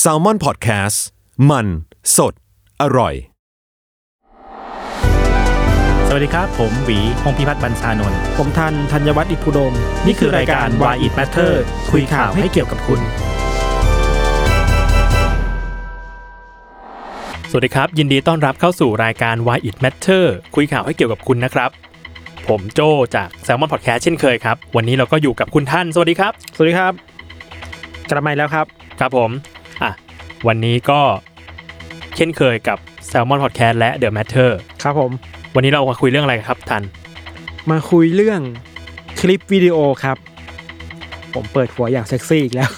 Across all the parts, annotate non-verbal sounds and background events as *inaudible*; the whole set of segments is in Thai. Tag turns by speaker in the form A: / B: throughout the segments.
A: แซลมอนพอดแคสต์มันสดอร่อย
B: สวัสดีครับ ผมหวีพงพิพัฒน์บรรชานนท์
C: ผมทันธัญวัฒน์อิพุดม
B: นี่คือรายการ Why It Matter คุยข่าวให้เกี่ยวกับคุณ สวัสดีครับ ยินดีต้อนรับเข้าสู่รายการ Why It Matter คุยข่าวให้เกี่ยวกับคุณนะครับ ผมโจจาก Salmon Podcast เช่นเคยครับ วันนี้เราก็อยู่กับคุณท่าน สวัสดีครับ
C: สวัสดีครับ กลับมาอีกแล้วครับ
B: ครับผม อ่ะ วันนี้ก็เช่นเคยกับ Salmon Podcast และ The Matter
C: ครับผม
B: วันนี้เรามาคุยเรื่องอะไรครับทัน
C: มาคุยเรื่องคลิปวิดีโอครับ ผมเปิดหัวอย่างเซ็กซี่อีกแล้ว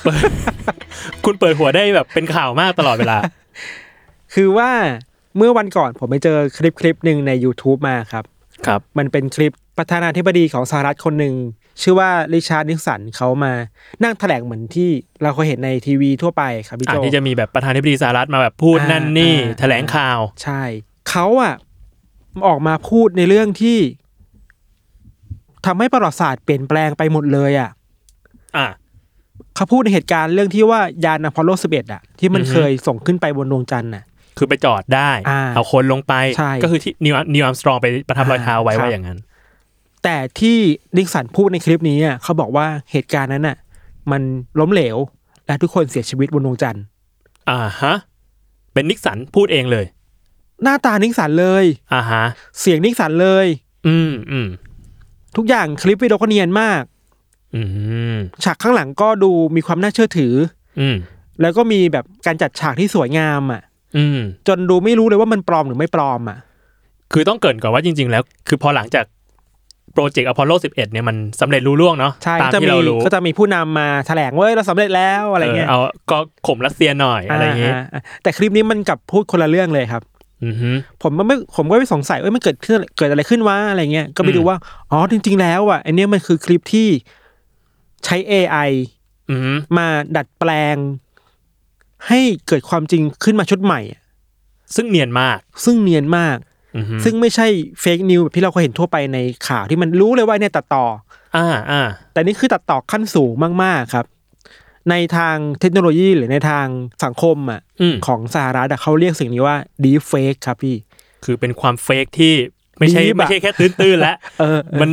B: คุณเปิดหัวได้แบบเป็นข่าวมากตลอดเวลา
C: *laughs* คือว่าเมื่อวันก่อนผมไปเจอคลิปคลิปหนึ่งใน YouTube มาครับ
B: ครับ
C: มันเป็นคลิปประธานาธิบดีของสหรัฐคนหนึ่ง ชื่อว่าริชาร์ดนิกสันเขามานั่งแถลงเหมือนที่เราเคยเห็นในทีวีทั่วไปครับพี่
B: อ่า
C: โจ
B: ที่จะมีแบบประธานาธิบดีสหรัฐมาแบบพูด
C: อ่า
B: นั่นนี่
C: อ่า
B: แถลงข่าว
C: ใช่ เขาอะออกมาพูดในเรื่องที่ทำให้ประวัติศาสตร์เปลี่ยนแปลงไปหมดเลยอะ
B: อ่ะ
C: เขาพูดในเหตุการณ์เรื่องที่ว่ายานอพอลโล 11 อ่ะ ที่มัน
B: อือฮึ
C: เคยส่งขึ้นไปบนดวงจันทร์น่ะ
B: คือไปจอดได้
C: อ่า
B: เอาคนลงไป
C: ใช่
B: ก็คือที่นิวนิวอัมสตรองไปประทับรอยเท้าไว้
C: อ่าครับ
B: ว่าอย่างนั้น
C: แต่ที่นิกสันพูดในคลิปนี้อ่ะเขาบอกว่าเหตุการณ์นั้นน่ะ มันล้มเหลว และทุกคนเสียชีวิตบนดวงจันทร์
B: อ่าฮะ เป็นนิกสันพูดเองเลย
C: หน้าตานิกสันเลย
B: อ่าฮะ
C: เสียงนิกสันเลย
B: อืมอืม
C: ทุกอย่างคลิปวิดีโอก็เนียนมาก
B: อืม
C: ฉากข้างหลังก็ดูมีความน่าเชื่อถือ
B: อืม
C: แล้วก็มีแบบการจัดฉากที่สวยงามอ่ะ
B: อืม
C: จนดูไม่รู้เลยว่ามันปลอมหรือไม่ปลอมอ่ะ
B: คือต้องเกรินก่อนว่าจริง ๆ แล้ว คือพอหลังจากโปรเจกต์อพอลโล 11 เนี่ยมันสำเร็จรู้ล่วงเนาะ
C: ใช่
B: ตาม
C: ก็จะ
B: ที่
C: มี
B: เรารู้
C: ก็จะมีผู้นำมาแถลงเว้ยเราสำเร็จแล้วอะไรเงี้ย
B: เออเอาก็ข่มรัสเซียหน่อยอะไรอย่างงี้
C: อ่าอ่าแต่คลิปนี้มันกลับพูดคนละเรื่องเลยครับ
B: อือฮึ
C: ผมมันไม่ผมก็ไม่สงสัยว่ามันเกิดขึ้นเกิดอะไรขึ้นวะอะไรเงี้ยก็ไป
B: อืม
C: ดูว่าอ๋อจริง ๆ แล้วอ่ะอันเนี้ยมันคือคลิปที่ใช้ AI
B: อือฮึ
C: มาดัดแปลง ให้เกิดความจริงขึ้นมาชุดใหม่อะ
B: ซึ่งเนียนมาก
C: ซึ่งเนียนมาก
B: อือฮึ
C: ซึ่งไม่ใช่เฟกนิวแบบที่เราเคยเห็นทั่วไปในข่าวที่มันรู้เลยว่าเนี่ยตัดต่อ
B: อ่าอ่า
C: แต่นี่คือตัดต่อขั้นสูงมากๆครับ ในทางเทคโนโลยีหรือในทางสังคมอ่ะ
B: อืม
C: ของสหรัฐอะเขาเรียกสิ่งนี้ว่าดีเฟกครับพี่
B: คือเป็นความเฟกที่ไม่ใช่
C: Deep อะ
B: ไม่ใช่แค่ตื้นๆแล้ว
C: เออเออ
B: มัน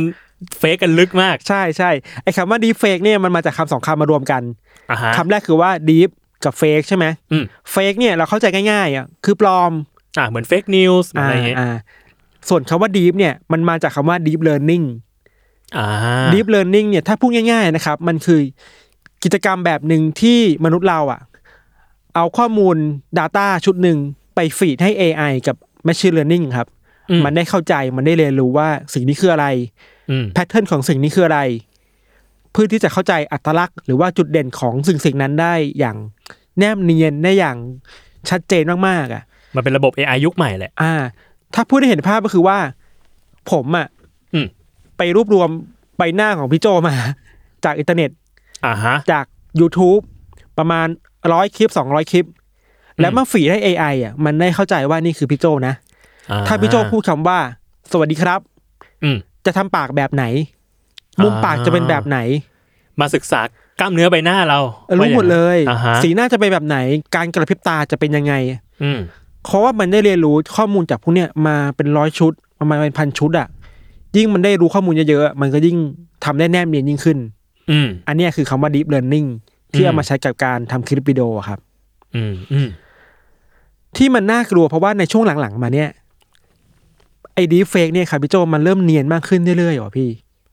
B: เฟกกันลึกมาก
C: ใช่ใช่ไอ้คำว่าดีเฟกเนี่ยมันมาจากคำสองคำมารวมกัน
B: อ่าฮะ
C: คำแรกคือว่าดีฟกับเฟกใช่ไหม
B: อืม
C: เฟกเนี่ยเราเข้าใจง่ายๆอ่ะคือปลอม
B: อ่าเหมือนเฟกนิวส์อะไรอย่างเงี้ย
C: อ่าส่วนคำว่าดีฟเนี่ยมันมาจากคำว่าดีฟเลิร์นนิ่ง
B: อ่า
C: ดีฟเลิร์นนิ่งเนี่ยถ้าพูดง่าย ๆนะครับ มันคือกิจกรรมแบบหนึ่งที่มนุษย์เราอ่ะ เอาข้อมูล Data ชุดหนึ่งไปฟีดให้ AI กับ Machine Learning ครับ
B: อื
C: มันได้เข้าใจมันได้เรียนรู้ว่าสิ่งนี้คืออะไร
B: อืม
C: แพทเทิร์นของสิ่งนี้คืออะไร เพื่อที่จะเข้าใจอัตลักษณ์ หรือว่าจุดเด่นของสิ่งสิ่งนั้นได้อย่างแนบเนียนได้อย่างชัดเจนมากๆอ่ะ
B: มันเป็นระบบ AI ยุคใหม่แหละ
C: อ่า ถ้าพูดได้เห็นภาพก็คือว่า ผมอ่ะ
B: อืม
C: ไปรวบรวมใบหน้าของพี่โจมา *laughs* จากอินเทอร์เน็ต
B: อ่าฮะ
C: จาก YouTube ประมาณร้อยคลิปสองร้อยคลิป แล้วมาฝีดให้ AI อ่ะมันได้เข้าใจว่านี่คือพี่โจนะ
B: อ่
C: ถ้าพี่โจพูดคำว่า สวัสดีครับ
B: อืม
C: จะทำปากแบบไหน มุมปากจะเป็นแบบไหน
B: มาศึกษากล้ามเนื้อใบหน้าเรา
C: รู้หมดเลย
B: ว่าอางนั้นอ่าฮะ
C: สีหน้าจะเป็นแบบไหน การกระพริบตาจะเป็นยังไง
B: อืม
C: เพราะว่ามันได้เรียนรู้ข้อมูลจากพวกเนี้ยมาเป็นร้อยชุดประมาณเป็นพันชุดอะยิ่งมันได้รู้ข้อมูลเยอะๆมันก็ยิ่งทำได้แนบเนียนยิ่งขึ้น
B: อืม
C: อันเนี้ยคือคำว่า deep learning ที่
B: อืม
C: เอามาใช้กับการทำคลิปวิดีโออะครับ
B: อืมอืม
C: ที่มันน่ากลัวเพราะว่าในช่วงหลังๆ มาเนี่ยไอ้ deep fake เนี่ยครับพี่โจมันเริ่มเนียนมากขึ้นเรื่อยๆว่ะพี่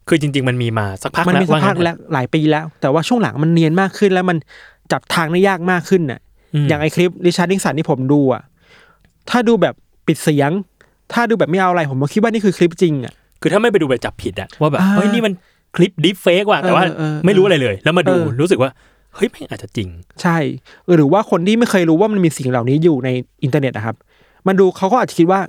B: คือจริง ๆ มันมีมาสักพัก
C: มัน
B: แล้ว
C: มีสัก
B: ว่า
C: พั
B: งั้
C: ก
B: น
C: แล้วหลายปีแล้ว แต่ว่าช่วงหลังมันเนียนมากขึ้น แล้วมันจับทางได้ยากมากขึ้นน่ะ
B: ม
C: อย่างไอคลิปริชาร์ดนิกสันที่ผมดูอ่ะ ถ้าดูแบบปิดเสียง ถ้าดูแบบไม่เอาอะไร ผมก็คิดว่านี่คือคลิปจริงอ่ะ
B: คือถ้าไม่ไปดูไปจับผิดอะว่าแบบ
C: อ่า
B: เฮ้ยนี่มันคลิปดิฟเฟกว่ะแต่ว่า
C: เออเออเออ
B: ไม่รู้อะไรเลย แล้วมาดู
C: เออ
B: รู้สึกว่าเฮ้ยแม่งอาจจะจริง
C: ใช่ หรือว่าคนที่ไม่เคยรู้ว่ามันมีสิ่งเหล่านี้อยู่ในอินเทอร์เน็ตนะครับ มันดูเขาก็อาจจะคิดว่า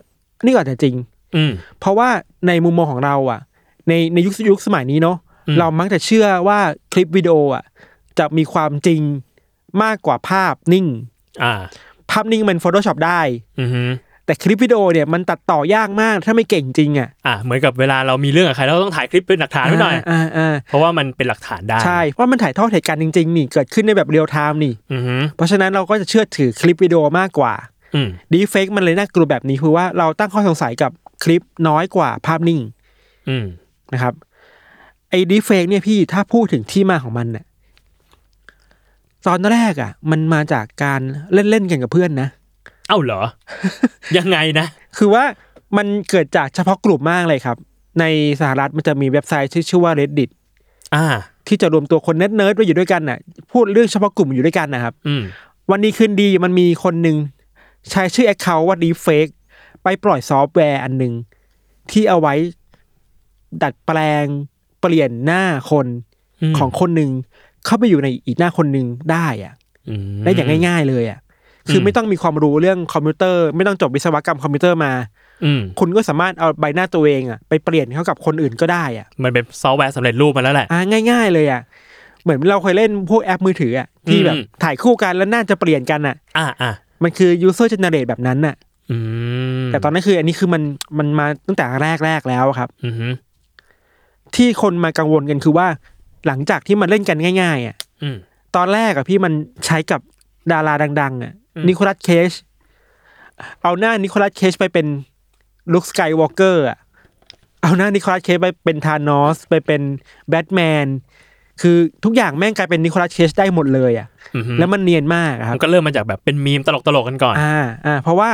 C: นี่ก็อาจจะจริง
B: อืม
C: เพราะว่าในมุมมองของเราอ่ะ ในในยุคยุคสมัยนี้เนาะ
B: อืม
C: เรามักจะเชื่อว่าคลิปวิดีโออ่ะ จะมีความจริงมากกว่าภาพนิ่ง
B: อ่า
C: ภาพนิ่งมัน Photoshop ได้
B: อือฮึ
C: แต่คลิปวิดีโอเนี่ยมันตัดต่อยากมากถ้าไม่เก่งจริงอ่ะ
B: อ่ะเหมือนกับเวลาเรามีเรื่องกับใครเราก็ต้องถ่ายคลิปเป็นหลักฐานไว้หน่อย
C: อ่าอ่า
B: เพราะว่ามันเป็นหลักฐานได้
C: ใช่ว่ามันถ่ายทอดเหตุการณ์จริงๆนี่เกิดขึ้นในแบบเรียลไทม์นี่
B: อือหือ
C: เพราะฉะนั้นเราก็จะเชื่อถือคลิปวิดีโอมากกว่า
B: อืม
C: ดีเฟกมันเลยน่ากลัวแบบนี้คือว่าเราตั้งข้อสงสัยกับคลิปน้อยกว่าภาพนิ่ง
B: อืม
C: นะครับไอ้ดีเฟกเนี่ยพี่ถ้าพูดถึงที่มาของมันเนี่ยตอนแรกอ่ะ มันมาจากการเล่นๆกันกับเพื่อนนะ
B: เอ้าเห
C: *laughs*
B: รอ ยังไงนะ
C: คือว่ามันเกิดจากเฉพาะกลุ่มมากเลยครับ ในสหรัฐมันจะมีเว็บไซต์ที่ชื่อว่า reddit
B: อ่า
C: ที่จะรวมตัวคนเนิร์ดเนิร์ดๆไว้อยู่ด้วยกันน่ะ พูดเรื่องเฉพาะกลุ่มอยู่ด้วยกันนะครับ
B: อืม
C: วันนี้คืนดีมันมีคนหนึ่งใช้ชื่อแอคเคาท์ว่าดีเฟกไปปล่อยซอฟต์แวร์อันหนึ่งที่เอาไว้ดัดแปลงเปลี่ยนหน้าคน
B: ม
C: ของคนหนึ่งเข้าไปอยู่ในอีกหน้าคนหนึ่งได้อะ
B: อืม
C: ได้อย่างง่าย ๆ เลยอะคือ
B: ม
C: ไม่ต้องมีความรู้เรื่องคอมพิวเตอร์ ไม่ต้องจบวิศวกรรมคอมพิวเตอร์มา
B: อืม
C: คุณก็สามารถเอาใบหน้าตัวเองอะไปเปลี่ยนเข้ากับคนอื่นก็ได้อะ
B: มันเป็นซอฟต์แวร์สำเร็จรูปมาแล้วแหละ
C: อ่ะง่าย ๆ เลยอะเหมือนเราเคยเล่นพวกแอปมือถืออะที่แบบ
B: อืม
C: ถ่ายคู่กันแล้วหน่าจะเปลี่ยนกันอะ
B: อ่าอ่า
C: มันคือ user generate แบบนั้นน่ะ
B: อืม
C: แต่ตอนนั้นคืออันนี้คือมันมันมาตั้งแต่แรกแรกๆแล้วครับ
B: อือหือ
C: ที่คนมากังวลกันคือว่า หลังจากที่มันเล่นกันง่าย ๆอะ
B: อืม
C: ตอนแรกอะพี่มันใช้กับดาราดัง ๆอะ
B: อืม
C: นิโคลัสเคชเอาหน้านิโคลัสเคชไปเป็นลุคสกายวอล์กเกอร์อะเอาหน้านิโคลัสเคชไปเป็นธานอสไปเป็นแบทแมนคือทุกอย่างแม่งกลายเป็นนิโคลัสเคชได้หมดเลยอะ
B: อือหือ
C: แล้วมันเนียนมากอะครับ
B: มันก็เริ่มมาจากแบบเป็นมีมตลกตลกๆกันก่อน
C: อ่าอ่าเพราะว่า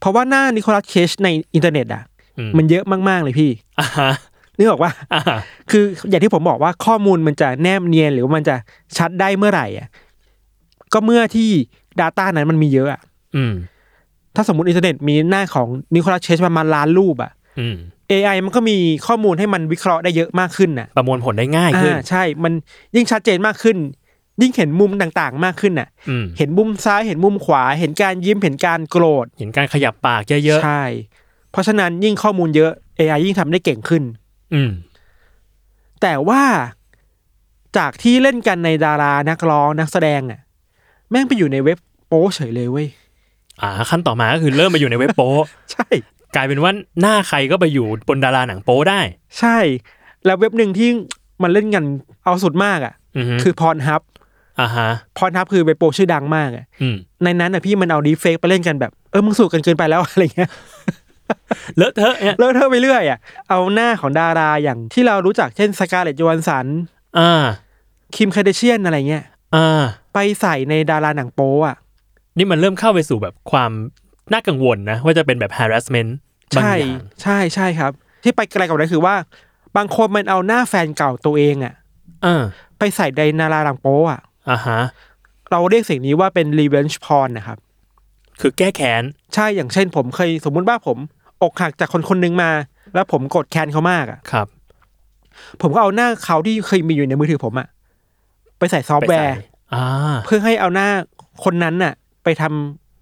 C: เพราะว่าหน้านิโคลัสเคชในอินเทอร์เน็ตอะ
B: อื
C: มันเยอะมากๆเลยพี่
B: อ่าฮะ
C: นึกออกว่า
B: อ่าฮะ
C: คืออย่างที่ผมบอกว่าข้อมูลมันจะแนบเนียนหรือว่ามันจะชัดได้เมื่อไหร่อ่ะก็เมื่อที่ Data นั้นมันมีเยอะอะ
B: อืม
C: ถ้าสมมติอินเทอร์เน็ตมีหน้าของนิโคลัสเชสประมาณล้านรูปอ่ะ
B: อืม
C: AI มันก็มีข้อมูลให้มันวิเคราะห์ได้เยอะมากขึ้นน่ะ
B: ประมวลผลได้ง่ายขึ้น
C: อ่าใช่มันยิ่งชัดเจนมากขึ้น ยิ่งเห็นมุมต่างๆ มากขึ้นน่ะ
B: อืม
C: เห็นมุมซ้ายเห็นมุมขวา เห็นการยิ้มเห็นการโกรธ
B: เห็นการขยับปากเยอะ
C: ใช่เพราะฉะนั้นยิ่งข้อมูลเยอะ AI ยิ่งทำได้เก่งขึ้น
B: ๆอืม
C: แต่ว่าจากที่เล่นกันในดารานักร้องนักแสดงอะแม่งไปอยู่ในเว็บโป๊เฉยเลยเว้ย
B: อ่า ขั้นต่อมาก็คือเริ่มมาอยู่ในเว็บโป๊
C: *laughs* ใช่
B: กลายเป็นว่าหน้าใครก็ไปอยู่บนดาราหนังโป๊ได้
C: ใช่ แล้วเว็บหนึ่งที่มันเล่นกันเอาสุดมากอะ
B: อือฮึ
C: คือพรฮับ
B: อ่าฮะ
C: พรฮับคือเว็บโป๊ชื่อดังมากอะ
B: อืม
C: ในนั้นอะพี่มันเอาดีเฟกไปเล่นกันแบบเออมึงสูกกันเกินไปแล้ว *laughs* อะไรเงี้ย
B: เลอะเทอะเนี่ย
C: แล้วเธอะไปเรื่อยอะเอาหน้าของดาราอย่างที่เรารู้จักเช่นสกาเลตโยฮันสัน
B: อ่า
C: คิมคาเดเชียนอะไรเงี้ย
B: อ่า
C: ไปใส่ในดาราหนังโป๊อะ
B: นี่มันเริ่มเข้าไปสู่แบบความน่ากังวลนะ ว่าจะเป็นแบบ harassment บาง
C: ใช่
B: อย่าง
C: ใช่ใช่ครับ ที่ไปไกลกว่านั้นคือว่า บางคนมันเอาหน้าแฟนเก่าตัวเองอะ
B: อ่า
C: ไปใส่ในนาราหลังโป๊อะ
B: อ่าฮะ
C: เราเรียกสิ่งนี้ว่าเป็น revenge porn นะครับ
B: คือแก้แค้น
C: ใช่อย่างเช่นผมเคยสมมุติว่าผม อกหักจากคนคนหนึ่งมา แล้วผมโกดแค้นเขามากอะ
B: ครับ
C: ผมก็เอาหน้าเขาที่เคยมีอยู่ในมือถือผมอะไปใส่ซอฟต์แวร์
B: ไปใส่ อ่า
C: เพื่อให้เอาหน้าคนนั้นน่ะ ไปท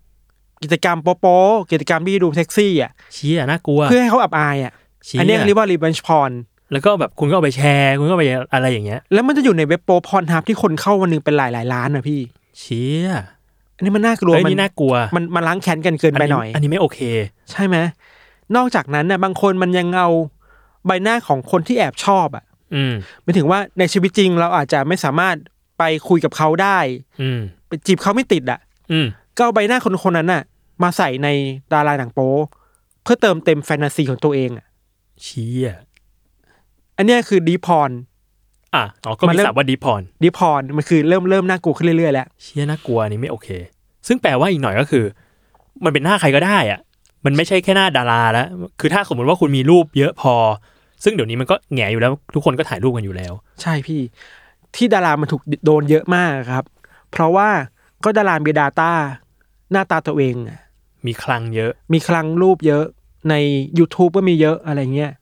C: ำกิจกรรมโป๊ะๆกิจกรรมที่ดูเซ็กซี่อะ
B: เชี้น่ากลัว
C: เพื่อให้เขาอับอายอะ
B: เชี้
C: อันเนี้ยเรียกว่า revenge porn
B: แล้วก็แบบคุณก็เอาไปแชร์ คุณก็เอาไปอะไรอย่างเงี้ย
C: แล้วมันจะอยู่ในเว็บโป๊พรทับที่คนเข้าวันหนึงเป็นหลายหลายๆล้านนะพี่
B: เชี้
C: อันนี้มันน่ากลัว
B: เฮ้ย
C: มั
B: นี่น่ากลัว
C: มันมันล้างแค้นกันเกินไปหน่อย
B: อันนี้ไม่โอเค
C: ใช่ไหม นอกจากนั้นนะบางคนมันยังเอาใบหน้าของคนที่แอบชอบอะ่ะ
B: อืม
C: หมายถึงว่าในชีวิตจริงเราอาจจะไม่สามารถไปคุยกับเขาได้
B: อืม
C: ไปจีบเขาไม่ติดอะ่ะ
B: อืม
C: ก็เอาใบหน้าคนคนนั้นน่ะ มาใส่ในดาราหนังโป๊เพื่อเติมเต็มแฟนตาซีของตัวเองอะ
B: เชี้
C: อันเนี้ยคือดีพร
B: อ่ะอ๋อก็
C: มัน
B: มี
C: เริ่ม
B: ศัพท์ว่าดีพอน
C: ดีพรมันคือเริ่มเริ่มน่ากลัวขึ้นเรื่อยๆแล้ว
B: เชี่ยน่ากลัวอันนี้ไม่โอเค ซึ่งแปลว่าอีกหน่อยก็คือ มันเป็นหน้าใครก็ได้อะมันไม่ใช่แค่หน้าดาราแล้ว คือถ้าสมมติว่าคุณมีรูปเยอะพอ ซึ่งเดี๋ยวนี้มันก็แหงอยู่แล้ว ทุกคนก็ถ่ายรูปกันอยู่แล้ว
C: ใช่พี่ ที่ดารามันถูกโดนเยอะมากครับ เพราะว่าก็ดารามีดาต้าหน้าตาตัวเองอะ
B: มีคลังเยอะ
C: มีคลังรูปเยอะใน YouTube ก็มีเยอะอะไรเงี้ย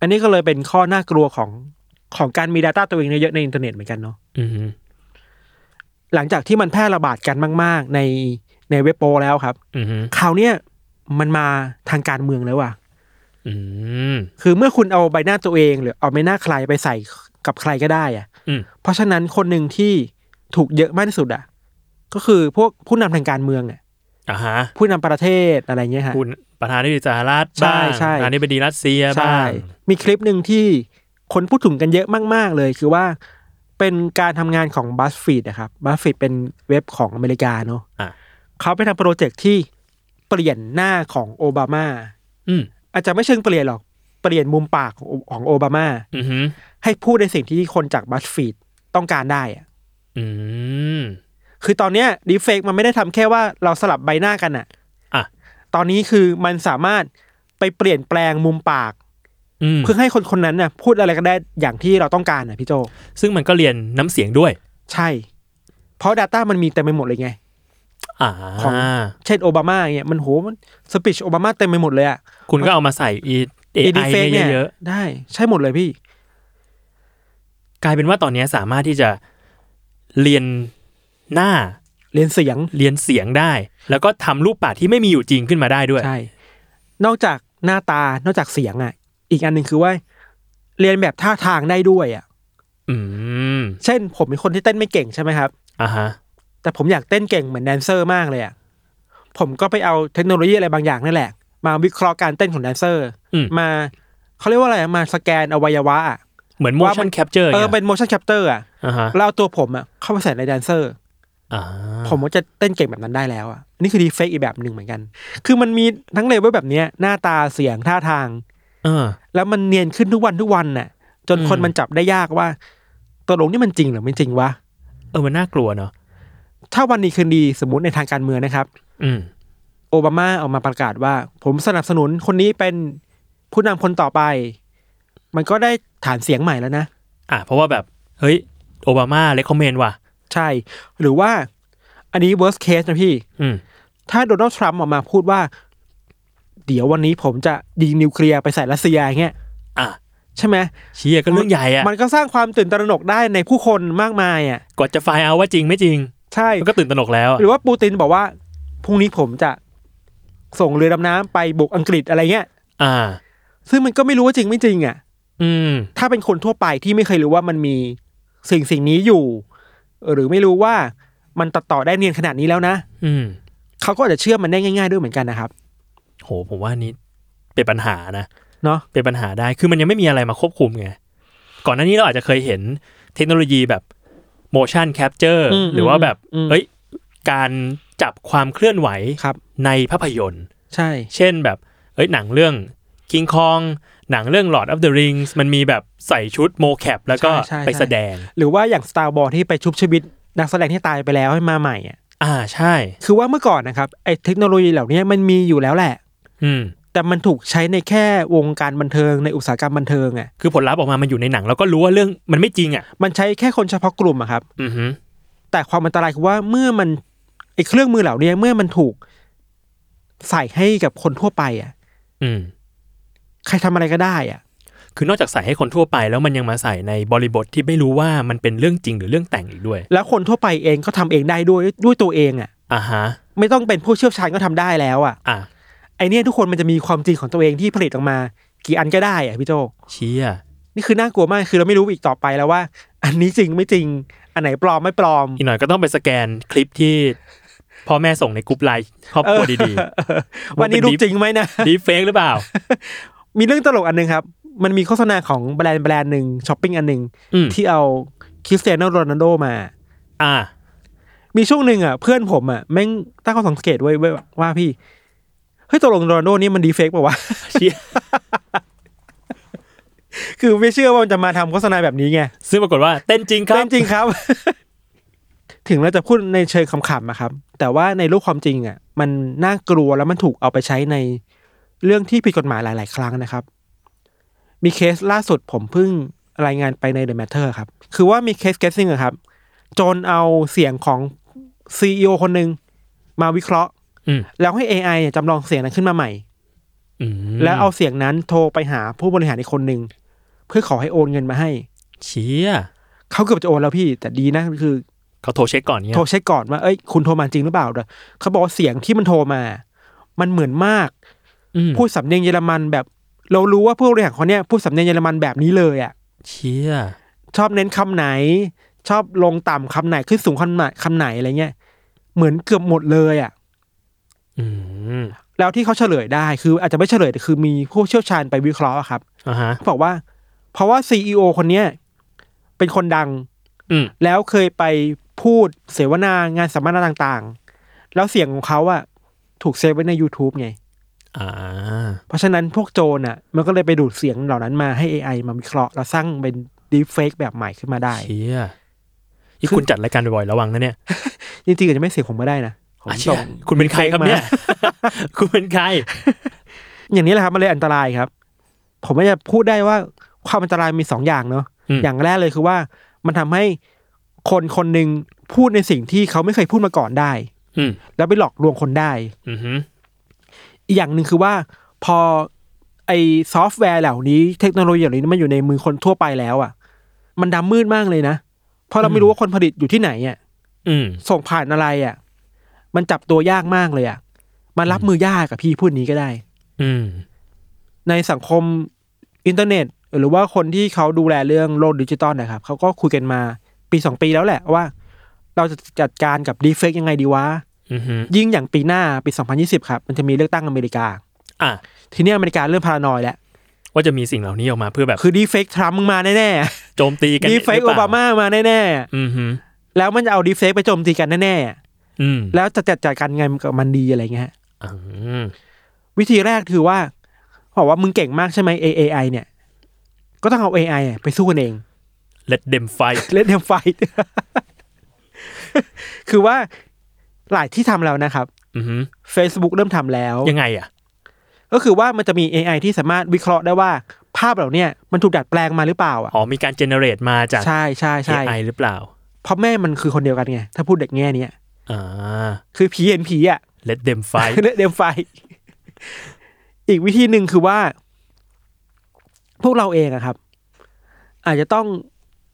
C: อันนี้ก็เลยเป็นข้อน่ากลัวของของการมี Data ตัวเองเยอะๆในอินเทอร์เน็ตเหมือนกันเนาะ
B: อือฮึ
C: หลังจากที่มันแพร่ระบาดกันมาก ๆ ในในเว็บโปแล้วครับ
B: อือฮึ
C: คราวเนี้ยมันมาทางการเมืองแล้วว่ะ
B: อืม
C: คือเมื่อคุณเอาใบหน้าตัวเอง หรือเอาใบหน้าใครไปใส่กับใครก็ได้อะ
B: อืม
C: เพราะฉะนั้นคนหนึ่งที่ถูกเยอะมากที่สุดอะก็คือพวกผู้นำทางการเมืองอะ
B: อ่าฮะ
C: ผู้นำประเทศอะไรเงี้ยฮะ
B: คุณประธานาธิบดีสหรัฐ
C: ใช่
B: บ้าง
C: ใช่
B: ประธานาธิบดีรัสเซียบ้าง
C: มีคลิปหนึ่งที่คนพูดถึงกันเยอะมากๆเลย คือว่าเป็นการทำงานของ BuzzFeed นะครับ BuzzFeed เป็นเว็บของอเมริกาเนาะ
B: อ่ะ
C: เขาไปทำโปรเจกต์ที่เปลี่ยนหน้าของโอบามา
B: อืม
C: อาจจะไม่เชิงเปลี่ยนหรอก เปลี่ยนมุมปากของของโอบามา
B: อือหือ
C: ให้พูดในสิ่งที่คนจาก BuzzFeed ต้องการได้อะ
B: อืม
C: คือตอนเนี้ยดีเฟกมันไม่ได้ทำแค่ว่าเราสลับใบหน้ากันอะ
B: อ่ะ
C: ตอนนี้คือมันสามารถไปเปลี่ยนแปลงมุมปาก
B: อืม
C: เพื่อให้คนคนนั้นน่ะพูดอะไรก็ได้อย่างที่เราต้องการน่ะพี่โจ
B: ซึ่งมันก็เรียนน้ำเสียงด้วย
C: ใช่ เพราะ Data มันมีเต็มไปหมดเลยไง
B: อ่า
C: ของ เช่นโอบามาเนี่ยมันโหมันสปิชโอบามาเต็มไปหมดเลยอะ
B: คุณก็เอามาใส่อีเอ
C: Deepfake
B: ไอเนี่ยเยอะ
C: ได้ ใช่หมดเลยพี่
B: ๆกลายเป็นว่าตอนเนี้ยสามารถที่จะเรียนหน้า
C: เรียนเสียง
B: เรียนเสียงได้ แล้วก็ทำรูปปากที่ไม่มีอยู่จริงขึ้นมาได้ด้วย
C: ใช่ นอกจากหน้าตา นอกจากเสียงอะอีกอันหนึ่งคือว่า เรียนแบบท่าทางได้ด้วยอะ
B: อืม
C: เช่น ผมเป็นคนที่เต้นไม่เก่งใช่ไหมครับ
B: อ่าฮะ
C: แต่ผมอยากเต้นเก่งเหมือนแดนเซอร์มากเลยอะผมก็ไปเอาเทคโนโลยีอะไรบางอย่างนั่นแหละ มาวิเคราะห์การเต้นของแดนเซอร์
B: อืม
C: มาเขาเรียกว่าอะไรอะมาสแกนอวัยวะอะ
B: เหมือน
C: ว่ามั
B: motion
C: น
B: capture
C: เออ
B: เนี่ย
C: เป็น motion capture อะ
B: อ่าฮะ
C: แล้วเอาตัวผมอะเข้าไปใส่ในแดนเซอร์
B: อ่า
C: ผมก็จะเต้นเก่งแบบนั้นได้แล้วอะอันนี่คือดีเฟกอีกแบบหนึ่งเหมือนกัน คือมันมีทั้งเลเวลแบบเนี้ยหน้าตาเสียงท่าทาง
B: เออ
C: แล้วมันเนียนขึ้นทุกวันทุกวันน่ะ จน
B: อืม
C: คนมันจับได้ยากว่าตกลงนี่มันจริงหรือไม่จริงวะ
B: เออมันน่ากลัวเนาะ
C: ถ้าวันนี้คืนดีสมมติในทางการเมืองนะครับ
B: อืม
C: โอบามาออกมาประกาศว่า ผมสนับสนุนคนนี้เป็นผู้นำคนต่อไป มันก็ได้ฐานเสียงใหม่แล้วนะ
B: อ่ะเพราะว่าแบบ เฮ้ย โอบามาเลคคอมเมนว่ะ
C: ใช่ หรือว่าอันนี้ worst case นะพี่
B: อืม
C: ถ้าโดนัลด์ทรัมป์ออกมาพูดว่า เดี๋ยววันนี้ผมจะยิงนิวเคลียร์ไปใส่รัสเซียอย่างเงี้ย
B: อ่ะ
C: ใช่ไหม
B: เชียก็เรื่องใหญ่อ่ะ
C: มันก็สร้างความตื่นตระหนกได้ในผู้คนมากมายอ่ะ
B: กว่าจะไฟล์เอาว่าจริงไม่จริง
C: ใช่
B: มันก็ตื่นตระหนกแล้วอะ
C: หรือว่าปูตินบอกว่าพรุ่งนี้ผมจะส่งเรือดำน้ำไปบุกอังกฤษอะไรเงี้ย
B: อ่า
C: ซึ่งมันก็ไม่รู้ว่าจริงไม่จริงอ่ะ
B: อืม
C: ถ้าเป็นคนทั่วไปที่ไม่เคยรู้ว่ามันมีสิ่งสิ่งนี้อยู่ หรือไม่รู้ว่ามันตัดต่อได้เนียนขนาดนี้แล้วนะ
B: อืม
C: เขาก็อาจจะเชื่อมันได้ง่าย ๆด้วยเหมือนกันนะครับ
B: โห ผมว่านี้เป็นปัญหานะ
C: เนาะ
B: เป็นปัญหาได้ คือมันยังไม่มีอะไรมาควบคุมไง ก่อนหน้านี้เราอาจจะเคยเห็นเทคโนโลยีแบบ motion capture
C: ม
B: หรือว่าแบบ
C: อืม
B: เอ้ย การจับความเคลื่อนไหว
C: ครับ
B: ในภาพยนตร์
C: ใช่
B: เช่นแบบ เอ้ย หนังเรื่อง King Kong หนังเรื่อง Lord of the Rings มันมีแบบใส่ชุดโมแคปแล้วก็
C: ใช่ใช่
B: ไปแสดง
C: หรือว่าอย่าง Star Wars ที่ไปชุบชีวิตนักแสดงที่ตายไปแล้วให้มาใหม่อ่ะ
B: อ่าใช่
C: คือว่าเมื่อก่อนนะครับไอ้เทคโนโลยีเหล่านี้มันมีอยู่แล้วแหละ
B: อืม
C: แต่มันถูกใช้ในแค่วงการบันเทิงในอุตสาหกรรมบันเทิงอ่ะ
B: คือผลลัพธ์ออกมา มันอยู่ในหนัง แล้วก็รู้ว่าเรื่องมันไม่จริงอ่ะ
C: มันใช้แค่คนเฉพาะกลุ่มอะครับ
B: อือฮึ
C: แต่ความอันตรายคือว่าเมื่อมันไอ้เครื่องมือเหล่านี้เมื่อมันถูกใส่ให้กับคนทั่วไปอ่ะ
B: อืม
C: ใครทำอะไรก็ได้อ่ะ
B: คือนอกจากใส่ให้คนทั่วไปแล้วมันยังมาใส่ในบริบทที่ไม่รู้ว่ามันเป็นเรื่องจริงหรือเรื่องแต่งอีกด้วย
C: แล้วคนทั่วไปเองก็ทำเองได้ด้วยด้วยตัวเองอ่ะ
B: อ่าฮะ
C: ไม่ต้องเป็นผู้เชี่ยวชาญก็ทำได้แล้วอ่ะ
B: อ่ะ
C: ไอเนี้ยทุกคนมันจะมีความจริงของตัวเองที่ผลิตออกมา กี่อันก็ได้อ่ะพี่โจ
B: เชีย
C: นี่คือน่ากลัวมากคือเราไม่รู้อีกต่อไปแล้วว่า อันนี้จริงไม่จริง อันไหนปลอมไม่ปลอม
B: อีกหน่อยก็ต้องไปสแกนคลิปที่พ่อแม่ส่งในกลุ่มไลน์ครอบครัวดีๆ
C: วันนี้รูปจริงไหมนะ
B: ดีเฟกหรือเปล่า
C: มีเรื่องตลกอันหนึงครับ มันมีโฆษณาของแบรนด์แบรนด์หนึ่งช้อปปิ้งอันหนึ่ง
B: อืม
C: ที่เอาคริสเตียโนโรนัลโดมา
B: อ่า
C: มีช่วงหนึ่งอ่ะเพื่อนผมอ่ะแม่งตั้งข้อสังเกตไว้ไว้ว่าพี่เฮ้ยตกลงโรนัลโดนี่มันดีเฟกป่าวะ *laughs*
B: เชีย
C: คือไม่เชื่อว่ามันจะมาทำโฆษณาแบบนี้ไง
B: ซึ่งปรากฏว่าเต้นจริงครับ
C: เรื่องจริงครับ *laughs* ถึงเราจะพูดในเชิงขำๆอะครับ แต่ว่าในโลกความจริงอ่ะ มันน่ากลัวแล้วมันถูกเอาไปใช้ในเรื่องที่ผิดกฎหมายหลาย ๆ ครั้งนะครับ มีเคสล่าสุดผมเพิ่งรายงานไปใน The Matter ครับ คือว่ามีเคสเคสหนึงอะครับโจนเอาเสียงของซีอคนหนึ่งมาวิเคราะห์
B: อืม
C: แล้วให้ AI เนี่ยจำลองเสียงนั้นขึ้นมาใหม่
B: อืม
C: แล้วเอาเสียงนั้นโทรไปหาผู้บริหารอีกคนหนึ่งเพื่อขอให้โอนเงินมาให้
B: เชีย
C: เขาเกือบจะโอนแล้วพี่แต่ดีนะคือ
B: เขาโทรเช็คก่อนเนี่ย
C: โทรเช็คก่อนว่า เอ้ย คุณโทรมาจริงหรือเปล่าเด้อเขาบอกว่าเสียงที่มันโทรมา มันเหมือนมาก
B: อืม
C: พูดสำเนียงเยอรมันแบบ เรารู้ว่าผู้บริหารคนเนี้ยพูดสำเนียงเยอรมันแบบนี้เลยอ่ะ
B: เชีย
C: ชอบเน้นคำไหน ชอบลงต่ำคำไหนขึ้นสูงคำไหนคำไหนอะไรเงี้ย เหมือนเกือบหมดเลยอ่ะ
B: อืม
C: แล้วที่เขาเฉลยได้คืออาจจะไม่เฉลยแต่คือมีผู้เชี่ยวชาญไปวิเคราะห์อะครับ
B: อ่าฮะ
C: เขาบอกว่า เพราะว่าซีอคนเนี้ยเป็นคนดัง
B: อืม
C: แล้วเคยไปพูดเสวนางานสัมมนาต่างๆ แล้วเสียงของเขาอะถูกเซฟไว้ใน YouTube ไง
B: อ่า
C: เพราะฉะนั้นพวกโจรอะมันก็เลยไปดูดเสียงเหล่านั้นมาให้ AI มาวิเคราะห์ แล้วสร้างเป็นดีเฟกแบบใหม่ขึ้นมาได้
B: เชียอีคุณจัดรายการบ่อยๆระวังนะเนี่ย
C: จริงๆอาจจะไม่เสียงผมก็ได้นะผม
B: อ่ะเชี
C: ส่
B: ย
C: ง
B: คุณเป็นใครครับเนี่ย คุณเป็นใคร
C: อย่างนี้แหละครับมันเลยอันตรายครับ ผมไม่จะพูดได้ว่าความอันตรายมีสองอย่างเนาะ
B: อืม
C: อย่างแรกเลยคือว่ามันทำให้คนคนหนึ่งพูดในสิ่งที่เขาไม่เคยพูดมาก่อนได้
B: อืม
C: แล้วไปหลอกลวงคนได้
B: อือฮึ
C: อีกอย่างหนึ่งคือว่าพอไอซอฟต์แวร์เหล่านี้เทคโนโลยีเหล่านี้มันอยู่ในมือคนทั่วไปแล้วอะ่ะ มันดำมืดมากเลยนะเพราะเราไม่รู้ว่าคนผลิตอยู่ที่ไหนอะ่ะ
B: อืม
C: ส่งผ่านอะไรอะ่ะ มันจับตัวยากมากเลยอะ่ะ มันรับมือยากกับพี่พูดนี้ก็ได้
B: อืม
C: ในสังคมอินเทอร์เน็ต หรือว่าคนที่เขาดูแลเรื่องโลกดิจิตอลนะครับเขาก็คุยกันมาปีสองปีแล้วแหละว่า เราจะจัดการกับดีเฟกยังไงดีวะ
B: อือฮึ
C: ยิ่งอย่างปีหน้าปี 2020 ครับ มันจะมีเลือกตั้งอเมริกา
B: อ่ะ
C: ทีเนี้ยอเมริกาเริ่มพารานอยแล้ว
B: ว่าจะมีสิ่งเหล่านี้ออกมาเพื่อแบบ
C: คือดีเฟกทรัมป์มึงมาแน่
B: โจมตีกัน
C: ๆดีเฟก
B: หรื
C: โอ
B: เปล่
C: บามามาแน่
B: อือฮึ
C: ๆแล้วมันจะเอาดีเฟกไปโจมตีกันแน่
B: อืม
C: ๆแล้วจะจัดจัดการไงกับมันดีอะไรเงี้ยฮะ
B: อืม
C: วิธีแรกคือว่าบอกว่ามึงเก่งมากใช่ไหม AI เนี่ย ก็ต้องเอา AI อะไปสู้กันเอง
B: เลดเดมไฟ
C: เล่นเดมไฟท์ *laughs* คือว่าหลายที่ทำแล้วนะครับ
B: อือฮึ
C: Facebook เริ่มทำแล้ว
B: ยังไงอ่ะ
C: ก็คือว่ามันจะมี AI ที่สามารถวิเคราะห์ได้ว่า ภาพเหล่าเนี้ยมันถูกดัดแปลงมาหรือเปล่าอ่ะ
B: อ๋อมีการเจเนเรตมาจาก
C: ใช่ใช่ใช่
B: AI หรือเปล่า
C: เพราะแม่มันคือคนเดียวกันไง ถ้าพูดเด็กแง่เนี้ย
B: อ่า
C: คือผีเห็นผีอ่ะ
B: Let them
C: *laughs*
B: fight
C: เล่นเดมไฟท์อีกวิธีหนึ่งคือว่า พวกเราเองอะครับ อาจจะต้อง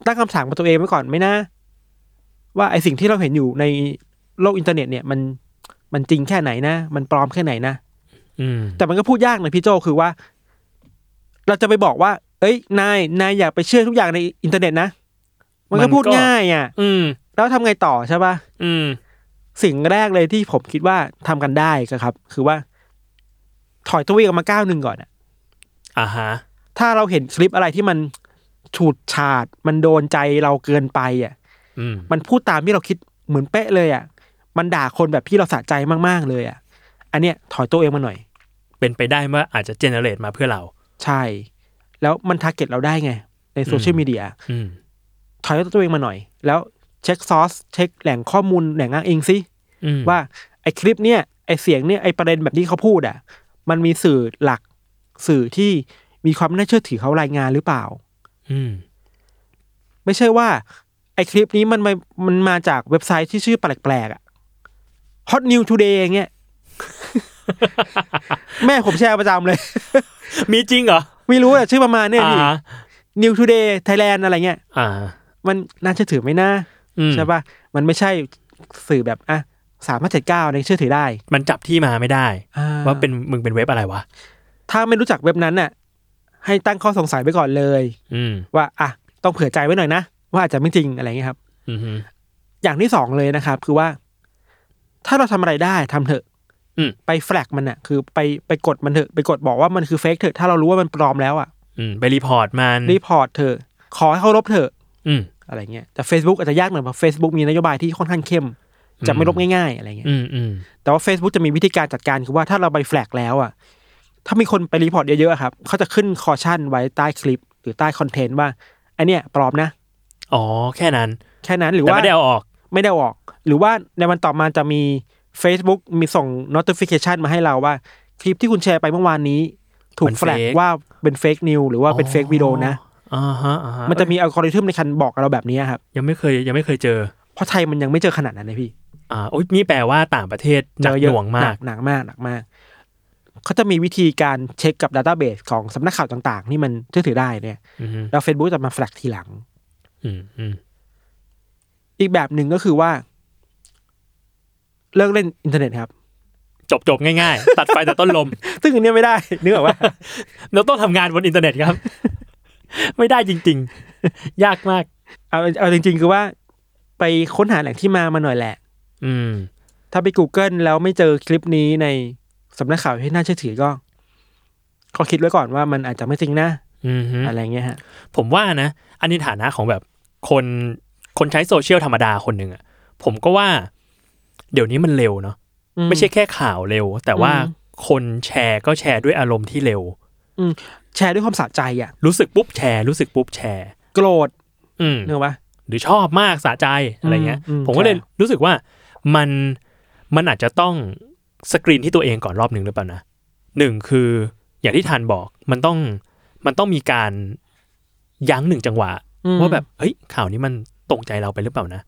C: ตั้งคำถามกับตัวเองไว้ก่อนไหมนะ ว่าไอสิ่งที่เราเห็นอยู่ในโลกอินเทอร์เน็ตเนี่ยมันมันจริงแค่ไหนนะ มันปลอมแค่ไหนนะ
B: อืม
C: แต่มันก็พูดยากนะพี่โจคือว่า เราจะไปบอกว่า เอ้ยนายนายอย่าไปเชื่อทุกอย่างในอินเทอร์เน็ตนะ มันก็พูดง่ายอ่ะ
B: อืม
C: แล้วทำไงต่อใช่ปะ
B: อืม
C: สิ่งแรกเลยที่ผมคิดว่าทำกันได้ก็ครับ คือว่า ถอยตัวเองออกมาก้าวหนึ่งก่อนอะ
B: อ่าฮะ
C: ถ้าเราเห็นคลิปอะไรที่มันฉูดฉาด มันโดนใจเราเกินไปอ่ะ
B: อืม
C: มันพูดตามที่เราคิดเหมือนเป๊ะเลยอ่ะ มันด่าคนแบบที่เราสะใจมากๆเลยอ่ะ อันเนี้ยถอยตัวเองมาหน่อย
B: เป็นไปได้ว่าอาจจะเจเนเรตมาเพื่อเรา
C: ใช่ แล้วมันทาร์เก็ตเราได้ไง ในโซเชียลมีเดีย
B: อืม
C: ถอยตัวเองมาหน่อย แล้วเช็คซอสเช็คแหล่งข้อมูลแหล่งอ้างอิงซิ
B: อืม
C: ว่าไอ้คลิปเนี่ยไอ้เสียงเนี่ยไอ้ประเด็นแบบที่เขาพูดอ่ะ มันมีสื่อหลักสื่อที่มีความน่าเชื่อถือเขารายงานหรือเปล่า
B: อืม
C: ไม่ใช่ว่า ไอ้คลิปนี้มันมามันมาจากเว็บไซต์ที่ชื่อแปลกๆอ่ะ Hot New Today อย่างเงี้ย *laughs* แม่ผมแชร์ประจำเลย
B: มีจริงเหรอ
C: ไม่รู้อะชื่อประมาณเนี่ย
B: อ่า
C: พี่ New Today Thailand อะไรเงี้ย
B: อ่า
C: มันน่าเชื่อถือไหมนะ
B: อืม
C: ใช่ปะมันไม่ใช่สื่อแบบอ่ะสามารถจัดก้าวในยเชื่อถือได้
B: มันจับที่มาไม่ได้
C: อ่
B: ว่าเป็นมึงเป็นเว็บอะไรวะ
C: ถ้าไม่รู้จักเว็บนั้นน่ะ ให้ตั้งข้อสงสัยไว้ก่อนเลย
B: อืม
C: ว่าอ่ะต้องเผื่อใจไว้หน่อยนะ ว่าอาจจะไม่จริงอะไรเงี้ยครับ
B: อืมฮึ
C: อย่างที่สองเลยนะครับ คือว่า ถ้าเราทำอะไรได้ทำเถอะ
B: อืม
C: ไปแฟลกมันน่ะ คือไปไปกดมันเถอะไปกดบอกว่ามันคือเฟกเถอะถ้าเรารู้ว่ามันปลอมแล้วอ่ะ
B: อืม ไปรีพอร์ตมัน
C: รีพอร์ตเถอะขอให้เขาลบเถอะ
B: อืม
C: อะไรเงี้ยแต่ Facebook อาจจะยากหน่อยเพราะ Facebook มีนโยบายที่ค่อนข้างเข้ม จะไม่ลบง่ายๆอะไรเงี้ย
B: อืมอืม
C: แต่ว่า Facebook จะมีวิธีการจัดการคือว่าถ้าเราไปแฟลกแล้วอ่ะ ถ้ามีคนไปรีพอร์ตเยอะๆอะครับเขาจะขึ้นคอชั่นไว้ใต้คลิป หรือใต้คอนเทนต์ว่าไอันเนี้ยปลอมนะ
B: อ๋อ แค่นั้น
C: แค่นั้นหรือ
B: แต่
C: ว่า
B: ไม่ได้เอาออก
C: ไม่ได้ออก หรือว่าในวันต่อมาจะมี Facebook มีส่ง notification มาให้เราว่า คลิปที่คุณแชร์ไปเมื่อวานนี้ ถู
B: มั
C: ก
B: น
C: แฟลก
B: fake
C: ว่าเป็นเฟกนิวหรือว่าเป็นเฟกวิดีโอนะ
B: อ่าฮะอ่าฮะ
C: มันจะมีอัลกอริทึมในการบอกกับเราแบบนี้ครับ
B: ยังไม่เคยยังไม่เคยเจอ
C: เพราะไทยมันยังไม่เจอขนาดนั้นเลยพี่
B: อ่าโอ๊ยนี่แปลว่าต่างประเทศหนัก
C: เจอ
B: หน่วงมาก
C: หนักมากหนักมากเขาจะมีวิธีการเช็คกับดัตต้าเบสของสำนักข่าวต่าง ๆ ที่มันเชื่อถือได้เนี่ย
B: อืมฮึ
C: แล้ว Facebook จะมาแฟลกทีหลัง
B: อืมอืม
C: อีกแบบหนึ่งก็คือว่า เลิกเล่นอินเทอร์เน็ตครับ
B: จบจบง่ายๆ *laughs* ตัดไฟแต่ต้นลม
C: ซึ่งอันเนี้ยไม่ได้ *laughs* นึกออกว่า
B: เราต้องทำงานบนอินเทอร์เน็ต
C: *laughs*
B: ครับ ไม่ได้จริง ๆ ยากมาก
C: เอาเอาจริง ๆ คือว่า ไปค้นหาแหล่งที่มามาหน่อยแหละ
B: อืม
C: ถ้าไป Google แล้วไม่เจอคลิปนี้ในสำนักข่าวที่น่าเชื่อถือก็ก็คิดไว้ก่อนว่ามันอาจจะไม่จริงนะ
B: อือฮึ
C: อะไรเงี้ยฮะ
B: ผมว่านะ อันนี้ฐานะของแบบคนคนใช้โซเชียลธรรมดาคนหนึ่งอะผมก็ว่า เดี๋ยวนี้มันเร็วเนาะไม่ใช่แค่ข่าวเร็ว แต่ว่า
C: อืม
B: คนแชร์ก็แชร์ด้วยอารมณ์ที่เร็ว
C: แชร์ด้วยความสะใจอ่ะ
B: รู้สึกปุ๊บแชร์ รู้สึกปุ๊บแชร์
C: โกรธ
B: อืม
C: เนกอะวะ
B: หรือชอบมากสะใจอะไรเงี้ย
C: อืมอืม
B: ผมก็เลย
C: ใช่
B: รู้สึกว่ามันมันอาจจะต้องสกรีนที่ตัวเองก่อนรอบหนึ่งหรือเปล่านะหนึ่งคืออย่างที่ทานบอกมันต้องมันต้องมีการยั้งหนึ่งจังหวะ ว่าแบบเฮ้ยข่าวนี้มันตรงใจเราไปหรือเปล่านะ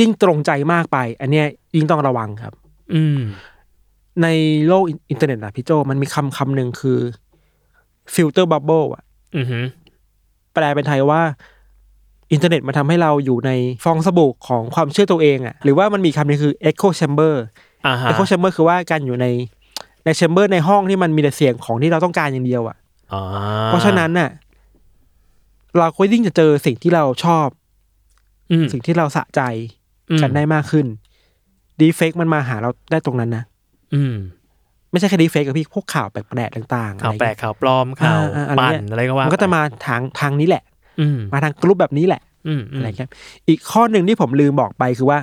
C: ยิ่งตรงใจมากไป อันเนี้ยยิ่งต้องระวังครับ
B: อืม
C: ในโลกอินเทอร์เน็ตอะพี่โจมันมีคำคำหนึ่งคือฟิลเตอร์บับเบิลอะ
B: อือหือ
C: แปลเป็นไทยว่า อินเทอร์เน็ตมันทำให้เราอยู่ในฟองสบู่ของความเชื่อตัวเองอะหรือว่ามันมีคำหนึงคือ Echo Chamber
B: อ่าฮะ
C: Echo Chamber คือว่าการอยู่ในในแชมเบอร์ในห้องที่มันมีแต่เสียงของที่เราต้องการอย่างเดียวอะ
B: อ่
C: เพราะฉะนั้นน่ะ เราก็ยิ่งจะเจอสิ่งที่เราชอบ
B: อืม
C: สิ่งที่เราสะใจกันได้มากขึ้นดีเฟกมันมาหาเราได้ตรงนั้นนะ
B: อืม
C: ไม่ใช่แค่ดีเฟกกับพี่พวกข่าวแปลกๆต่างๆ
B: ข่าว
C: อะไร
B: แปลกข่าวปลอมข่าว
C: อ่ๆอะไร
B: ปั่น
C: เงี้ย
B: อะไรก็ว่า
C: มั
B: มัน
C: ก็จะมาทางทางนี้แหละ
B: อืม
C: มาทางกรุ๊ปแบบนี้แหละ
B: อืม
C: อะไรครับ อีกข้อหนึ่งที่ผมลืมบอกไปคือว่า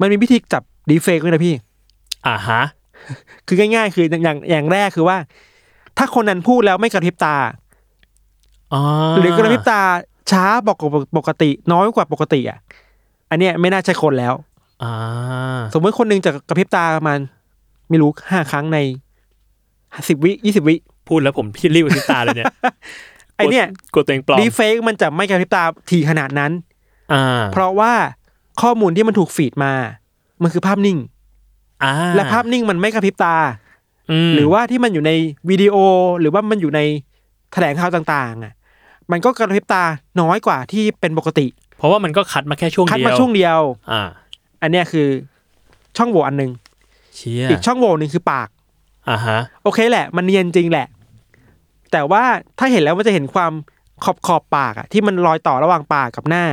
C: มันมีวิธีจับดีเฟกด้วยนะพี่
B: อ่าฮะ
C: คือง่ายๆ คืออย่างอย่างอย่างแรกคือว่า ถ้าคนนั้นพูดแล้วไม่กระพริบตา
B: อ๋อ
C: หรือกระพริบตาช้าบอกว่าปกติ น้อยกว่าปกติอ่ะ อันเนี้ยไม่น่าใช่คนแล้ว
B: อ่า
C: สมมติคนหนึ่งจะกระพริบตาประมาณไม่รู้ห้าครั้งในสิบวิยี่สิบวิ
B: พูดแล้วผม *laughs* พี่รีบกระพริบตาเลยเนี่ย
C: ไอเนี้ย
B: กลัวตัวเองปลอม
C: ดีเฟกมันจะไม่กระพริบตาทีขนาดนั้น
B: อ่า
C: เพราะว่าข้อมูลที่มันถูกฟีดมา มันคือภาพนิ่ง
B: อ่า
C: และภาพนิ่งมันไม่กระพริบตา
B: ม
C: หรือว่าที่มันอยู่ในวิดีโอหรือว่ามันอยู่ในแถลงข่าวต่างๆอ่ะมันก็กระพริบตาน้อยกว่าที่เป็นปกติ
B: เพราะว่ามันก็คัดมาแค่ช่วง
C: คัด
B: เดียว
C: มาช่วงเดียว
B: อ่า
C: อันเนี้ยคือช่องโหว่อันหนึ่ง
B: เชี่ย
C: อีกช่องโหว่หนึ่งคือปาก
B: อ่าฮะ
C: โอเคแหละ มันเนียนจริงแหละ แต่ว่าถ้าเห็นแล้วมันจะเห็นความขอบขอบปากอ่ะที่มันลอยต่อระหว่างปากกับหน้า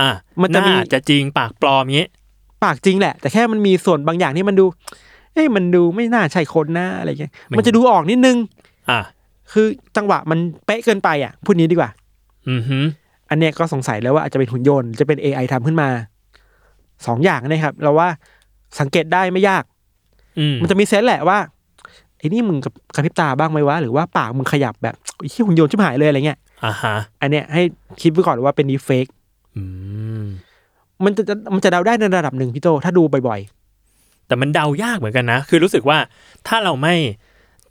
B: อ่ะ
C: มันจะมี
B: หาจะจริงปากปลอมเงี้ย
C: ปากจริงแหละ แต่แค่มันมีส่วนบางอย่างที่มันดู เอ้ยมันดูไม่น่าใช่คนนะอะไรเงี้ยมันจะดูออกนิดนึง
B: อ่ะ
C: คือจังหวะมันเป๊ะเกินไปอ่ะพูดนี้ดีกว่า
B: อือหือ
C: อันเนี้ยก็สงสัยแล้วว่าอาจจะเป็นหุ่นยนต์หรือจะเป็น AI ทำขึ้นมาสองอย่างนะครับ เราว่าสังเกตได้ไม่ยาก
B: อืม
C: มันจะมีเซนส์แหละว่าไอ้นี่มึงกับกระพริบตาบ้างไหมวะ หรือว่าปากมึงขยับแบบไอ้ยหุ่นยนต์ชิบหายเลยอะไรเงี้ย
B: อ่าฮะ
C: อันเนี้ยให้คิดไว้ก่อนว่าเป็นดีเฟก
B: อืม
C: มันจะมันจะเดาได้ในระดับหนึ่งพี่โตถ้าดูบ่อย
B: แต่มันเดายากเหมือนกันนะ คือรู้สึกว่าถ้าเราไม่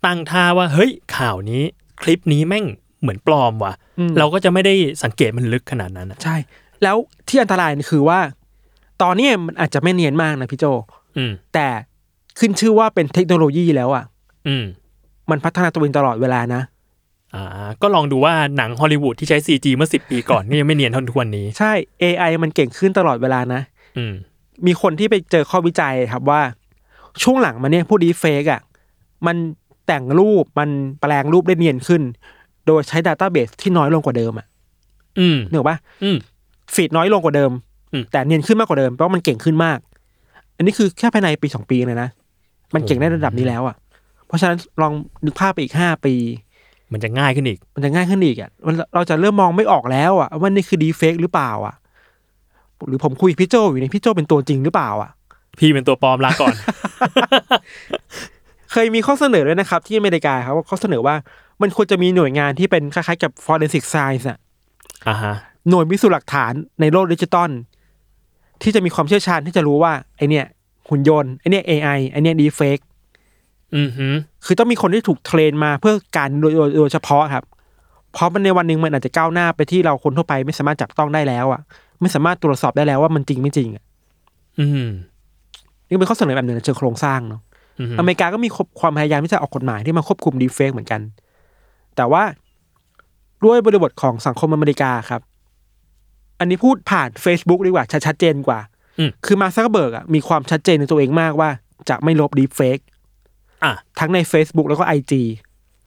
B: ตั้งท่าว่า เฮ้ยข่าวนี้ คลิปนี้แม่งเหมือนปลอมว่ะ
C: ๆอืม
B: เราก็จะไม่ได้สังเกตมันลึกขนาดนั้นอะ
C: ใช่ แล้วที่อันตรายคือว่า ตอนเนี้ยมันอาจจะไม่เนียนมากนะพี่โจ
B: อืม
C: แต่ขึ้นชื่อว่าเป็นเทคโนโลยีแล้วอ่ะ
B: อืม
C: มันพัฒนาตัวเองตลอดเวลานะ
B: อ่า ก็ลองดูว่าหนังฮอลลีวูดที่ใช้ CG เมื่อสิปีก่อน ก็ยังไม่เนียนเท่าทุกวันนี้
C: ใช่ AI มันเก่งขึ้นตลอดเวลานะ
B: อืม
C: มีคนที่ไปเจอข้อวิจัยครับว่า ช่วงหลังมาเนี่ยผู้ดีเฟกอ่ะ มันแต่งรูปมันแปลงรูปได้เนียนขึ้น โดยใช้ดัตต้าเบสที่น้อยลงกว่าเดิมอ่ะ
B: อืม
C: เนกออกปะ
B: อืม
C: ฟีดน้อยลงกว่าเดิม
B: อืม
C: แต่เนียนขึ้นมากกว่าเดิมเพราะมันเก่งขึ้นมาก อันนี้คือแค่ภายในปีสองปีเลยนะ มันเก่งได้ระดับนี้แล้วอ่ะ เพราะฉะนั้นลองนึกภาพไปอีกห้าปี
B: มันจะง่ายขึ้นอีก
C: มันจะง่ายขึ้นอีกอ่ะมันเราจะเริ่มมองไม่ออกแล้วอ่ะว่านี่คือดีเฟกหรือเปล่าอ่ะ หรือผมคุยกับพี่โจอยู่เนี่ยพี่โจเป็นตัวจริงหรือเปล่าอ่ะ
B: พี่เป็นตัวปลอมลาก่อน *laughs*
C: เคยมีข้อเสนอด้วยนะครับ ที่อเมริกาครับว่าข้อเสนอว่ามันควรจะมีหน่วยงานที่เป็นคล้ายๆกับ forensic science อ่ะ
B: อ่าฮะ
C: หน่วยพิสูจน์หลักฐานในโลกดิจิตอลที่จะมีความเชี่ยวชาญที่จะรู้ว่าไอเนี่ย หุ่นยนต์ไอเนี่ย AI ไอเนี่ยดีเฟก
B: อืมฮึ
C: คือต้องมีคนที่ถูกเทรนมาเพื่อการโดยโดยโดยเฉพาะครับ เพราะมันในวันหนึ่งมันอาจจะก้าวหน้าไปที่เราคนทั่วไปไม่สามารถจับต้องได้แล้วอ่ะ ไม่สามารถตรวจสอบได้แล้วว่ามันจริงไม่จริงอะ
B: อืม
C: นี่เป็นข้อเสนอแบบหนึ่งในเชิงโครงสร้างเนาะ
B: อืม
C: อเมริกาก็มีความพยายามที่จะออกกฎหมายที่มาควบคุมดีเฟกเหมือนกัน แต่ว่าด้วยบริบทของสังคมอเมริกาครับ อันนี้พูดผ่าน Facebook ดีกว่าชัดชัดเจนกว่า
B: อืม
C: คือมาซักเบิร์กมีความชัดเจนในตัวเองมากว่า จะไม่ลบดีเฟก
B: อ่ะ
C: ทั้งใน Facebook แล้วก็ IG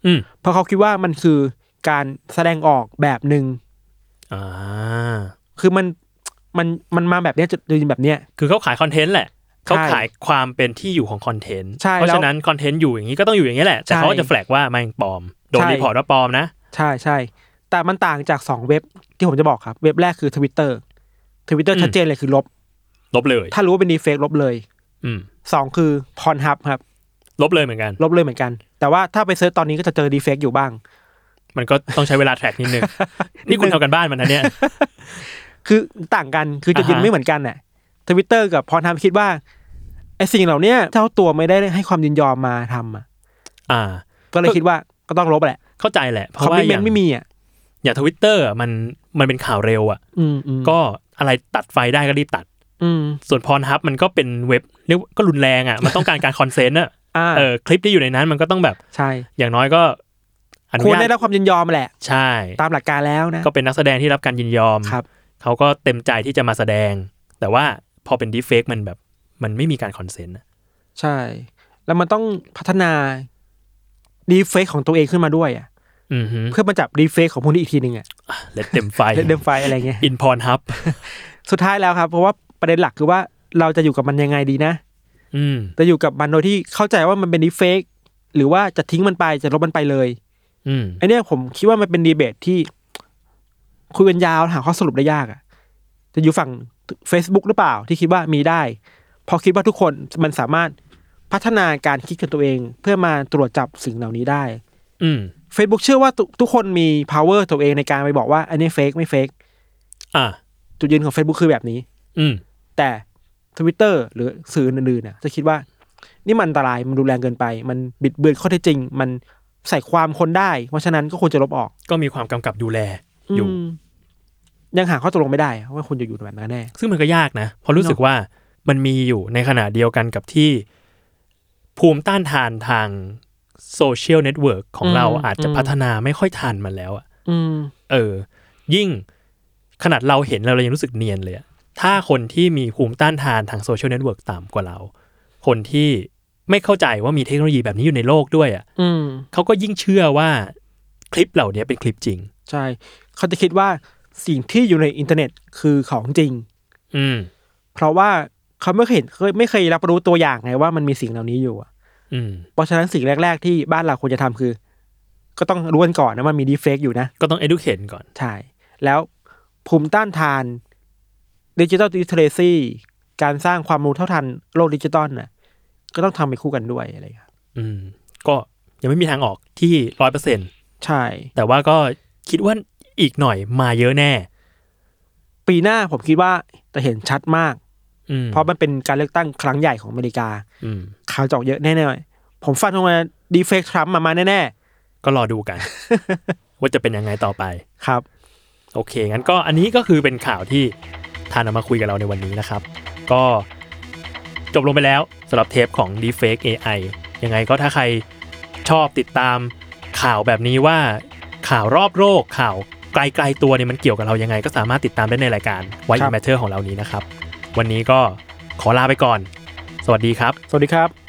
B: อืม
C: เพราะเขาคิดว่ามันคือการแสดงออกแบบหนึ่ง
B: อ่า
C: คือมันมันมันมาแบบเนี้ยจะแบบเนี้ย
B: คือเขาขายคอนเทนต์แหละ เขา
C: ใช่
B: ขายความเป็นที่อยู่ของคอนเทนต์
C: ใช่
B: เพราะ
C: แล้ว
B: ฉะนั้นคอนเทนต์อยู่อย่างนี้ก็ต้องอยู่อย่างนี้แหละ แต่
C: ใช่
B: เขาก็จะแฟลกว่ามันปลอม โดน
C: ใช่
B: รีพอร์ตว่าปลอมนะ
C: ใช่ใช่แต่มันต่างจากสองเว็บที่ผมจะบอกครับ เว็บแรกคือทวิตเตอร์ทวิตเตอร์
B: อืม
C: ชัดเจนเลยคือลบ
B: ลบเลย
C: ถ้ารู้ว่าเป็นดีเฟกลบเลย
B: อืม
C: สองคือพรฮับครับ
B: ลบเลยเหมือนกัน
C: ลบเลยเหมือนกัน แต่ว่าถ้าไปเซิร์ชตอนนี้ก็จะเจอดีเฟกอยู่บ้าง
B: มันก็ต้องใช้เวลาแทร็กนิ
C: *laughs*
B: ดนึง นี่คุณทำกันบ้านมันนะเนี่ย
C: คือต่างกันคือจุดยืน
B: อ่าฮะ
C: ไม่เหมือนกันน่ะทวิตเตอร์กับพรฮับคิดว่าไอสิ่งเหล่าเนี้ยเจ้าตัวไม่ได้ให้ความยินยอมมาทำอ่ะ
B: อ่า
C: ก็เลยคิดว่าก็ต้องลบแหละ
B: เข้าใจแหละ เพ
C: คอม
B: ราะว่า
C: มิ
B: อย่า
C: ชเมน
B: ง
C: ต์ไม่มีอ่ะ
B: อย่างทวิตเตอร์มันมันเป็นข่าวเร็วอ่ะ
C: อืมอืม
B: ก็อะไรตัดไฟได้ก็รีบตัด
C: อืม
B: ส่วนพรฮับมันก็เป็นเว็บเรียกว่าก็รุนแรงอ่ะ มันต้องการการคอนเซนต์อ่ะ
C: *laughs* อ่า
B: เออคลิปที่อยู่ในนั้นมันก็ต้องแบบ
C: ใช่
B: อย่างน้อยก็อนุ
C: ควร
B: ญา
C: ได้
B: ต
C: รับความยินยอมแหละ
B: ใช่
C: ตามหลักการแล้วนะ
B: ก็เป็นนักแสดงที่รับการยินยอม
C: ครับ
B: เขาก็เต็มใจที่จะมาแสดง แต่ว่าพอเป็นดีเฟกมันแบบ มันไม่มีการคอนเซนต์อะ
C: ใช่ แล้วมันต้องพัฒนาดีเฟกของตัวเองขึ้นมาด้วยอ่ะ
B: อือฮึ
C: เพื่อมาจับดีเฟกของพวกนี้อีกทีหนึ่งอ่ะ
B: เลดเต็มไฟ
C: เดิมไฟอะไรเงี้ย
B: อินพรฮับ
C: สุดท้ายแล้วครับ เพราะว่าประเด็นหลักคือว่าเราจะอยู่กับมันยังไงดีนะ
B: อืม
C: จะอยู่กับมันโดยที่เข้าใจว่ามันเป็นดีเฟกหรือว่าจะทิ้งมันไปจะลบมันไปเลย
B: อืม
C: ไอเนี้ยผมคิดว่ามันเป็นดีเบตที่ คุยกันยาวหาข้อสรุปได้ยากอ่ะจะอยู่ฝั่ง Facebook หรือเปล่าที่คิดว่ามีได้ พอคิดว่าทุกคนมันสามารถพัฒนาการคิดของตัวเอง เพื่อมาตรวจจับสิ่งเหล่านี้ได้
B: อืม
C: Facebook เชื่อว่าทุกทุกคนมี power ตัวเองในการไปบอกว่า อันนี้เฟกไม่เฟก
B: อ่ะ
C: จุดยืนของ Facebook คือแบบนี้
B: อืม
C: แต่ Twitter หรือสื่ออื่นๆน่ะจะคิดว่า นี่มันอันตรายมันรุนแรงเกินไป มันบิดเบือนข้อเท็จจริง มันใส่ความคนได้ เพราะฉะนั้นก็ควรจะลบออก
B: ก็มีความกำกับดูแลอยู่
C: มยังหาข้อตกลงไม่ได้ว่าคุณจะอยู่แบบนั้นแน่
B: ซึ่งมันก็ยากนะเพราะรู้สึกว่ามันมีอยู่ในขณะเดียวกันกับที่ภูมิต้านทานทางโซเชียลเน็ตเวิร์กของเรา
C: อืม
B: อาจจะ
C: อืม
B: พัฒนาไม่ค่อยทันมันแล้วอะ
C: อืม
B: เออ ยิ่งขนาดเราเห็นแล้วเรายังรู้สึกเนียนเลยอะถ้าคนที่มีภูมิต้านทานทางโซเชียลเน็ตเวิร์กต่ำกว่าเรา คนที่ไม่เข้าใจว่ามีเทคโนโลยีแบบนี้อยู่ในโลกด้วยอะ
C: อืม
B: เขาก็ยิ่งเชื่อว่าคลิปเหล่านี้เป็นคลิปจริง
C: ใช่ เขาจะคิดว่าสิ่งที่อยู่ในอินเทอร์เน็ตคือของจริง
B: อืม
C: เพราะว่าเขาไม่เคยเห็นเคยไม่เคยรับรู้ตัวอย่างไงว่ามันมีสิ่งเหล่านี้อยู่อะ
B: อืม
C: เพราะฉะนั้นสิ่งแรก ๆ ที่บ้านเราควรจะทำคือ ก็ต้องรู้กันก่อนนะมันมีดีเฟกอยู่นะ
B: ก็ต้อง educate ก่อน
C: ใช่ แล้วภูมิต้านทานดิจิ t a ลดิเทเรซีการสร้างความรู้เท่าทันโลกดิจิตอลน่ะก็ต้องทำไปคู่กันด้วยอะไรครับ
B: อืม ก็ยังไม่มีทางออกที่ร้อยเปอร์เซ็นต
C: ใช่
B: แต่ว่าก็คิดว่าอีกหน่อยมาเยอะแน่
C: ปีหน้าผมคิดว่าจะเห็นชัดมาก
B: อืม
C: เพราะมันเป็นการเลือกตั้งครั้งใหญ่ของอเมริกา
B: อืม
C: ข่าวจะออกเยอะแน่ๆผมฟันธงว่าดีเฟกทรัมป์มามาแน่
B: ก็รอดู *laughs* กัน ว่าจะเป็นยังไงต่อไป
C: ๆครับ
B: โอเค งั้นก็อันนี้ก็คือเป็นข่าวที่ทานเอามาคุยกับเราในวันนี้นะครับ ก็จบลงไปแล้วสำหรับเทปของ d e f a k e AI ยังไงก็ถ้าใครชอบติดตามข่าวแบบนี้ว่าข่าวรอบโลกข่าวไกลๆตัวเนี่ยมันเกี่ยวกับเรายังไง ก็สามารถติดตามได้ในรายการ Why
C: ครั
B: It
C: บ
B: Matter ของเรานี้นะครับ วันนี้ก็ขอลาไปก่อน สวัสดีครับ
C: สวัสดีครับ